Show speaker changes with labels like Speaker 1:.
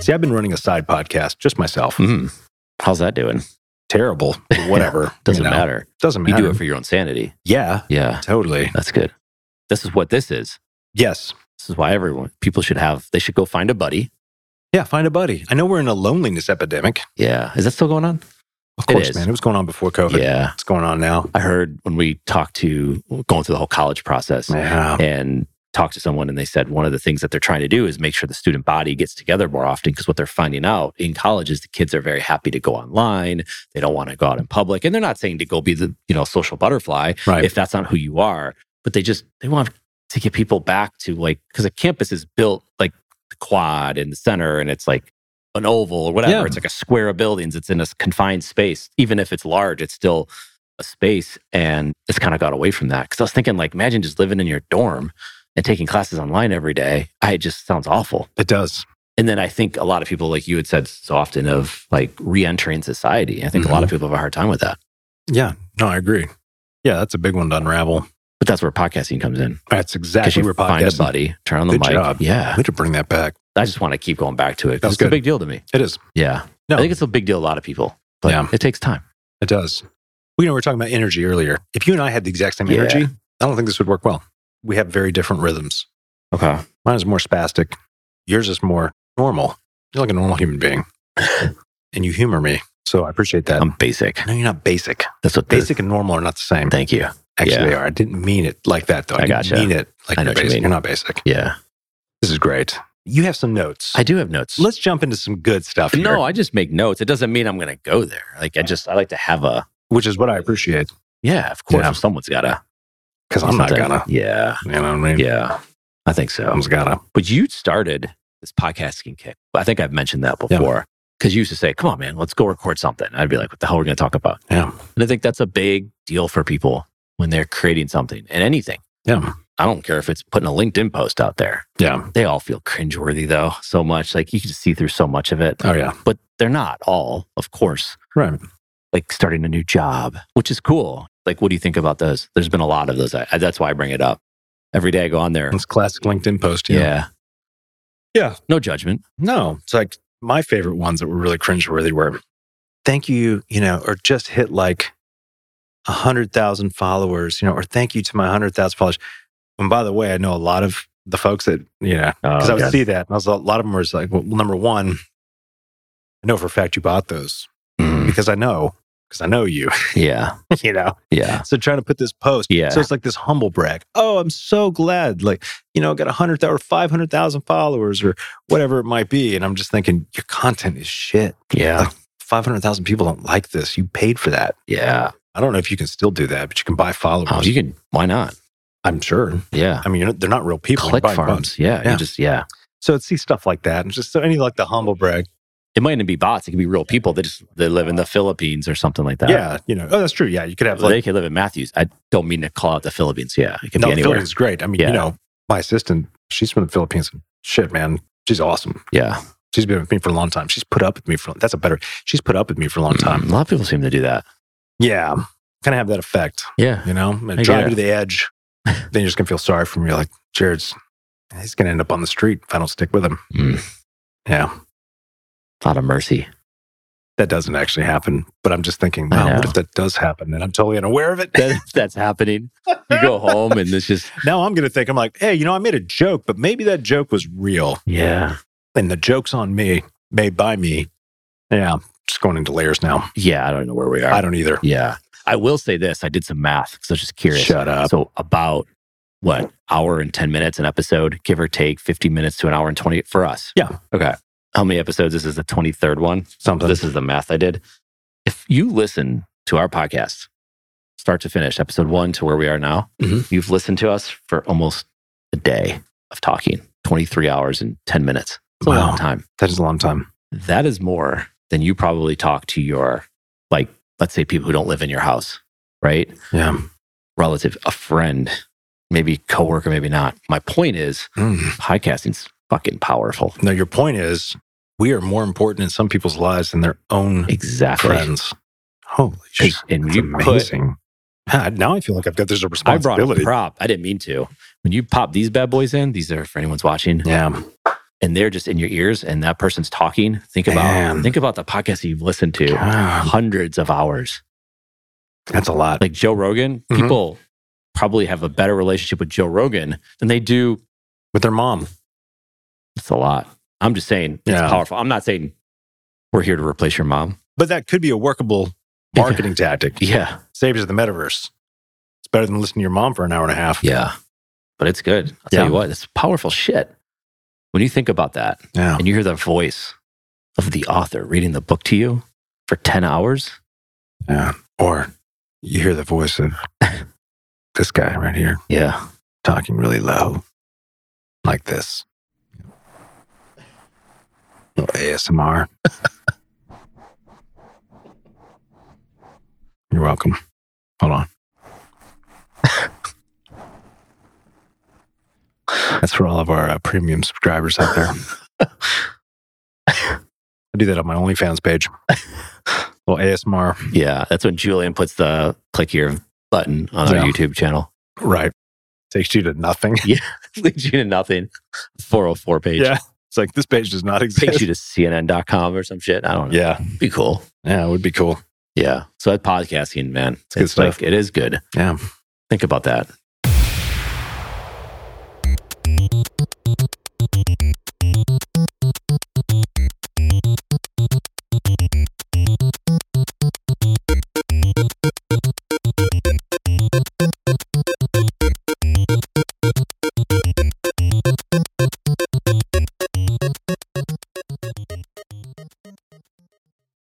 Speaker 1: See, I've been running a side podcast, just myself.
Speaker 2: Mm. How's that doing?
Speaker 1: Terrible, but whatever.
Speaker 2: Doesn't
Speaker 1: you know.
Speaker 2: matter.
Speaker 1: Doesn't
Speaker 2: You
Speaker 1: matter.
Speaker 2: do it for your own sanity.
Speaker 1: yeah,
Speaker 2: Yeah,
Speaker 1: totally.
Speaker 2: that's good. This is what this is.
Speaker 1: Yes.
Speaker 2: This is why everyone people should have. They should go find a buddy.
Speaker 1: Yeah, find a buddy. I know we're in a loneliness epidemic.
Speaker 2: Yeah, is that still going on?
Speaker 1: Of
Speaker 2: It
Speaker 1: course,
Speaker 2: is.
Speaker 1: man. It was going on before COVID.
Speaker 2: Yeah,
Speaker 1: It's going on now.
Speaker 2: I heard when we talked to going through the whole college process
Speaker 1: Yeah.
Speaker 2: and talked to someone, and they said one of the things that they're trying to do is make sure the student body gets together more often because what they're finding out in college is the kids are very happy to go online. They don't want to go out in public, and they're not saying to go be the you know social butterfly.
Speaker 1: Right.
Speaker 2: if that's not who you are. But they just they want to get people back to like because a campus is built like the quad and the center, and it's like an oval or whatever.
Speaker 1: Yeah.
Speaker 2: It's like a square of buildings. It's in a s- confined space. Even if it's large, it's still a space, and it's kind of got away from that. Because I was thinking like, imagine just living in your dorm and taking classes online every day. I it just sounds awful.
Speaker 1: it does.
Speaker 2: And then I think a lot of people, like you had said so often, of like re-entering society. I think a lot of people have a hard time with that.
Speaker 1: Yeah. No, I agree. Yeah, that's a big one to unravel.
Speaker 2: But that's where podcasting comes in.
Speaker 1: That's
Speaker 2: Because
Speaker 1: exactly
Speaker 2: you
Speaker 1: where
Speaker 2: find a
Speaker 1: podcasting.
Speaker 2: buddy, turn on the
Speaker 1: Good
Speaker 2: mic.
Speaker 1: job.
Speaker 2: Yeah.
Speaker 1: We should bring that back.
Speaker 2: I just want to keep going back to it. 'cause
Speaker 1: That's
Speaker 2: It's a
Speaker 1: good.
Speaker 2: big deal to me.
Speaker 1: It is.
Speaker 2: Yeah.
Speaker 1: No.
Speaker 2: I think it's a big deal to a lot of people. But
Speaker 1: Yeah.
Speaker 2: it takes time.
Speaker 1: It does. We you know we were talking about energy earlier. If you and I had the exact same
Speaker 2: Yeah.
Speaker 1: energy, I don't think this would work well. We have very different rhythms.
Speaker 2: Okay.
Speaker 1: Mine is more spastic. Yours is more normal. You're like a normal human being, and you humor me, so I appreciate that.
Speaker 2: I'm basic.
Speaker 1: no, you're not basic.
Speaker 2: That's what basic.
Speaker 1: Basic and normal are not the same.
Speaker 2: thank you.
Speaker 1: Actually,
Speaker 2: yeah.
Speaker 1: they are. I didn't mean it like that, though. I,
Speaker 2: I
Speaker 1: didn't
Speaker 2: gotcha.
Speaker 1: mean it like
Speaker 2: I
Speaker 1: you're
Speaker 2: know what you
Speaker 1: basic.
Speaker 2: mean.
Speaker 1: You're not basic.
Speaker 2: Yeah.
Speaker 1: This is great. You have some notes.
Speaker 2: I do have notes.
Speaker 1: Let's jump into some good stuff here,
Speaker 2: no, I just make notes. It doesn't mean I'm going to go there. Like, I just, I like to have a,
Speaker 1: which is what I appreciate
Speaker 2: yeah, of course.
Speaker 1: Yeah.
Speaker 2: Someone's got to.
Speaker 1: because I'm not gonna.
Speaker 2: Yeah.
Speaker 1: You know what I mean?
Speaker 2: Yeah. I think so.
Speaker 1: I'm just gonna.
Speaker 2: But you started this podcasting kick. I think I've mentioned that
Speaker 1: Yeah.
Speaker 2: before. Because you used to say, come on, man, let's go record something. I'd be like, what the hell are we going to talk about?
Speaker 1: Yeah.
Speaker 2: And I think that's a big deal for people when they're creating something and anything.
Speaker 1: Yeah.
Speaker 2: I don't care if it's putting a LinkedIn post out there.
Speaker 1: Yeah.
Speaker 2: They all feel cringeworthy, though, so much. Like you can just see through so much of it.
Speaker 1: Oh yeah.
Speaker 2: But they're not all, of course,
Speaker 1: Right.
Speaker 2: like starting a new job, which is cool. Like, what do you think about those? There's been a lot of those. I, I- that's why I bring it up. Every day I go on there.
Speaker 1: It's classic LinkedIn post.
Speaker 2: Yeah.
Speaker 1: yeah.
Speaker 2: yeah.
Speaker 1: Yeah.
Speaker 2: No judgment.
Speaker 1: No, it's like my favorite ones that were really cringeworthy were thank you, you know, or just hit like a hundred thousand followers, you know, or thank you to my hundred thousand followers. And by the way, I know a lot of the folks that, you know,
Speaker 2: Oh,
Speaker 1: because I would see that and I was a lot of them were just like, well, number one, I know for a fact you bought those
Speaker 2: Mm.
Speaker 1: because I know, because I know you,
Speaker 2: Yeah.
Speaker 1: you know.
Speaker 2: Yeah.
Speaker 1: So trying to put this post.
Speaker 2: Yeah.
Speaker 1: So it's like this humble brag. Oh, I'm so glad. Like, you know, I got 100,000 or 500,000 followers or whatever it might be. And I'm just thinking, your content is shit.
Speaker 2: Yeah.
Speaker 1: 500,000 people don't like this. You paid for that.
Speaker 2: Yeah.
Speaker 1: I don't know if you can still do that, but you can buy followers.
Speaker 2: Oh, you can. Why not?
Speaker 1: I'm sure.
Speaker 2: Yeah.
Speaker 1: I mean, you're not, they're not real people. You're
Speaker 2: Click
Speaker 1: buying bots.
Speaker 2: farms. Yeah,
Speaker 1: Yeah.
Speaker 2: You just, yeah.
Speaker 1: So it's see stuff like that. And just so any like the humble brag.
Speaker 2: It might not be bots. It could be real people that just, they live in the Philippines or something like that.
Speaker 1: yeah. You know, oh, that's true. Yeah. You could have
Speaker 2: So
Speaker 1: like,
Speaker 2: they could live in Matthews. I don't mean to call out the Philippines. Yeah. It could
Speaker 1: no,
Speaker 2: be
Speaker 1: the
Speaker 2: anywhere.
Speaker 1: Philippines is great. I mean,
Speaker 2: Yeah.
Speaker 1: you know, my assistant, she's from the Philippines. Shit, man. She's awesome.
Speaker 2: Yeah.
Speaker 1: She's been with me for a long time. She's put up with me for that's a better. She's put up with me for a long time.
Speaker 2: Mm, A lot of people seem to do that.
Speaker 1: Yeah, kind of have that effect,
Speaker 2: Yeah.
Speaker 1: you know. And
Speaker 2: get
Speaker 1: drive you
Speaker 2: it.
Speaker 1: to the edge, then you're just gonna feel sorry for me. You're like Jared's, he's gonna end up on the street if I don't stick with him.
Speaker 2: Mm.
Speaker 1: Yeah,
Speaker 2: A lot of mercy.
Speaker 1: that doesn't actually happen. But I'm just thinking,
Speaker 2: I
Speaker 1: wow, what
Speaker 2: know.
Speaker 1: if that does happen? And I'm totally unaware of it.
Speaker 2: That, that's happening. You go home and it's just,
Speaker 1: now I'm gonna think I'm like, hey, you know, I made a joke, but maybe that joke was real,
Speaker 2: yeah.
Speaker 1: and the joke's on me, made by me. Yeah, just going into layers now.
Speaker 2: Yeah. I don't know where we are.
Speaker 1: I don't either.
Speaker 2: yeah. I will say this. I did some math because I was just curious.
Speaker 1: Shut up.
Speaker 2: So Uh, about what hour and ten minutes an episode, give or take fifty minutes to an hour and twenty for us.
Speaker 1: Yeah.
Speaker 2: Okay. How many episodes? This is the twenty third one.
Speaker 1: Something.
Speaker 2: This is the math I did. If you listen to our podcast, start to finish, episode one to where we are now,
Speaker 1: Mhm.
Speaker 2: you've listened to us for almost a day of talking, twenty three hours and ten minutes. It's a
Speaker 1: Wow.
Speaker 2: long time.
Speaker 1: that is a long time.
Speaker 2: That is more than you probably talk to your like, let's say people who don't live in your house, right?
Speaker 1: Yeah.
Speaker 2: relative, a friend, maybe coworker, maybe not. My point is
Speaker 1: Mm.
Speaker 2: podcasting's fucking powerful.
Speaker 1: No, your point is we are more important in some people's lives than their own
Speaker 2: Exactly.
Speaker 1: friends. Holy
Speaker 2: Hey,
Speaker 1: shit.
Speaker 2: and
Speaker 1: That's
Speaker 2: you put,
Speaker 1: amazing. God, now I feel like I've got there's a
Speaker 2: I brought a
Speaker 1: responsibility.
Speaker 2: prop. I didn't mean to. When you pop these bad boys in, these are for anyone's watching,
Speaker 1: yeah.
Speaker 2: and they're just in your ears and that person's talking. Think about
Speaker 1: Man.
Speaker 2: think about the podcast you've listened to
Speaker 1: God,
Speaker 2: hundreds of hours.
Speaker 1: that's a lot.
Speaker 2: Like Joe Rogan,
Speaker 1: Mhm.
Speaker 2: people probably have a better relationship with Joe Rogan than they do.
Speaker 1: With their mom.
Speaker 2: It's a lot. I'm just saying it's
Speaker 1: Yeah.
Speaker 2: powerful. I'm not saying we're here to replace your mom.
Speaker 1: But that could be a workable
Speaker 2: Yeah.
Speaker 1: marketing tactic.
Speaker 2: Yeah.
Speaker 1: Saves you the metaverse. It's better than listening to your mom for an hour and a half.
Speaker 2: Yeah. But it's good. I'll
Speaker 1: Yeah.
Speaker 2: tell you what, it's powerful shit. When you think about that
Speaker 1: Yeah.
Speaker 2: and you hear the voice of the author reading the book to you for 10 hours,
Speaker 1: yeah. Or you hear the voice of this guy right here
Speaker 2: yeah.
Speaker 1: talking really low, like this. Little ASMR. You're welcome. Hold on. That's for all of our uh, premium subscribers out there. I do that on my OnlyFans page. Little ASMR.
Speaker 2: Yeah. That's when Julian puts the click here button on our
Speaker 1: Yeah.
Speaker 2: YouTube channel.
Speaker 1: Right. Takes you to nothing.
Speaker 2: Leads you to nothing. 404 page.
Speaker 1: Yeah. It's like this page does not
Speaker 2: Takes
Speaker 1: exist.
Speaker 2: you to CNN.com or some shit. I don't know.
Speaker 1: Yeah.
Speaker 2: Be cool.
Speaker 1: Yeah. It would be cool.
Speaker 2: Yeah. So that podcasting, man, it's,
Speaker 1: good
Speaker 2: like it is good.
Speaker 1: Yeah.
Speaker 2: Think about that.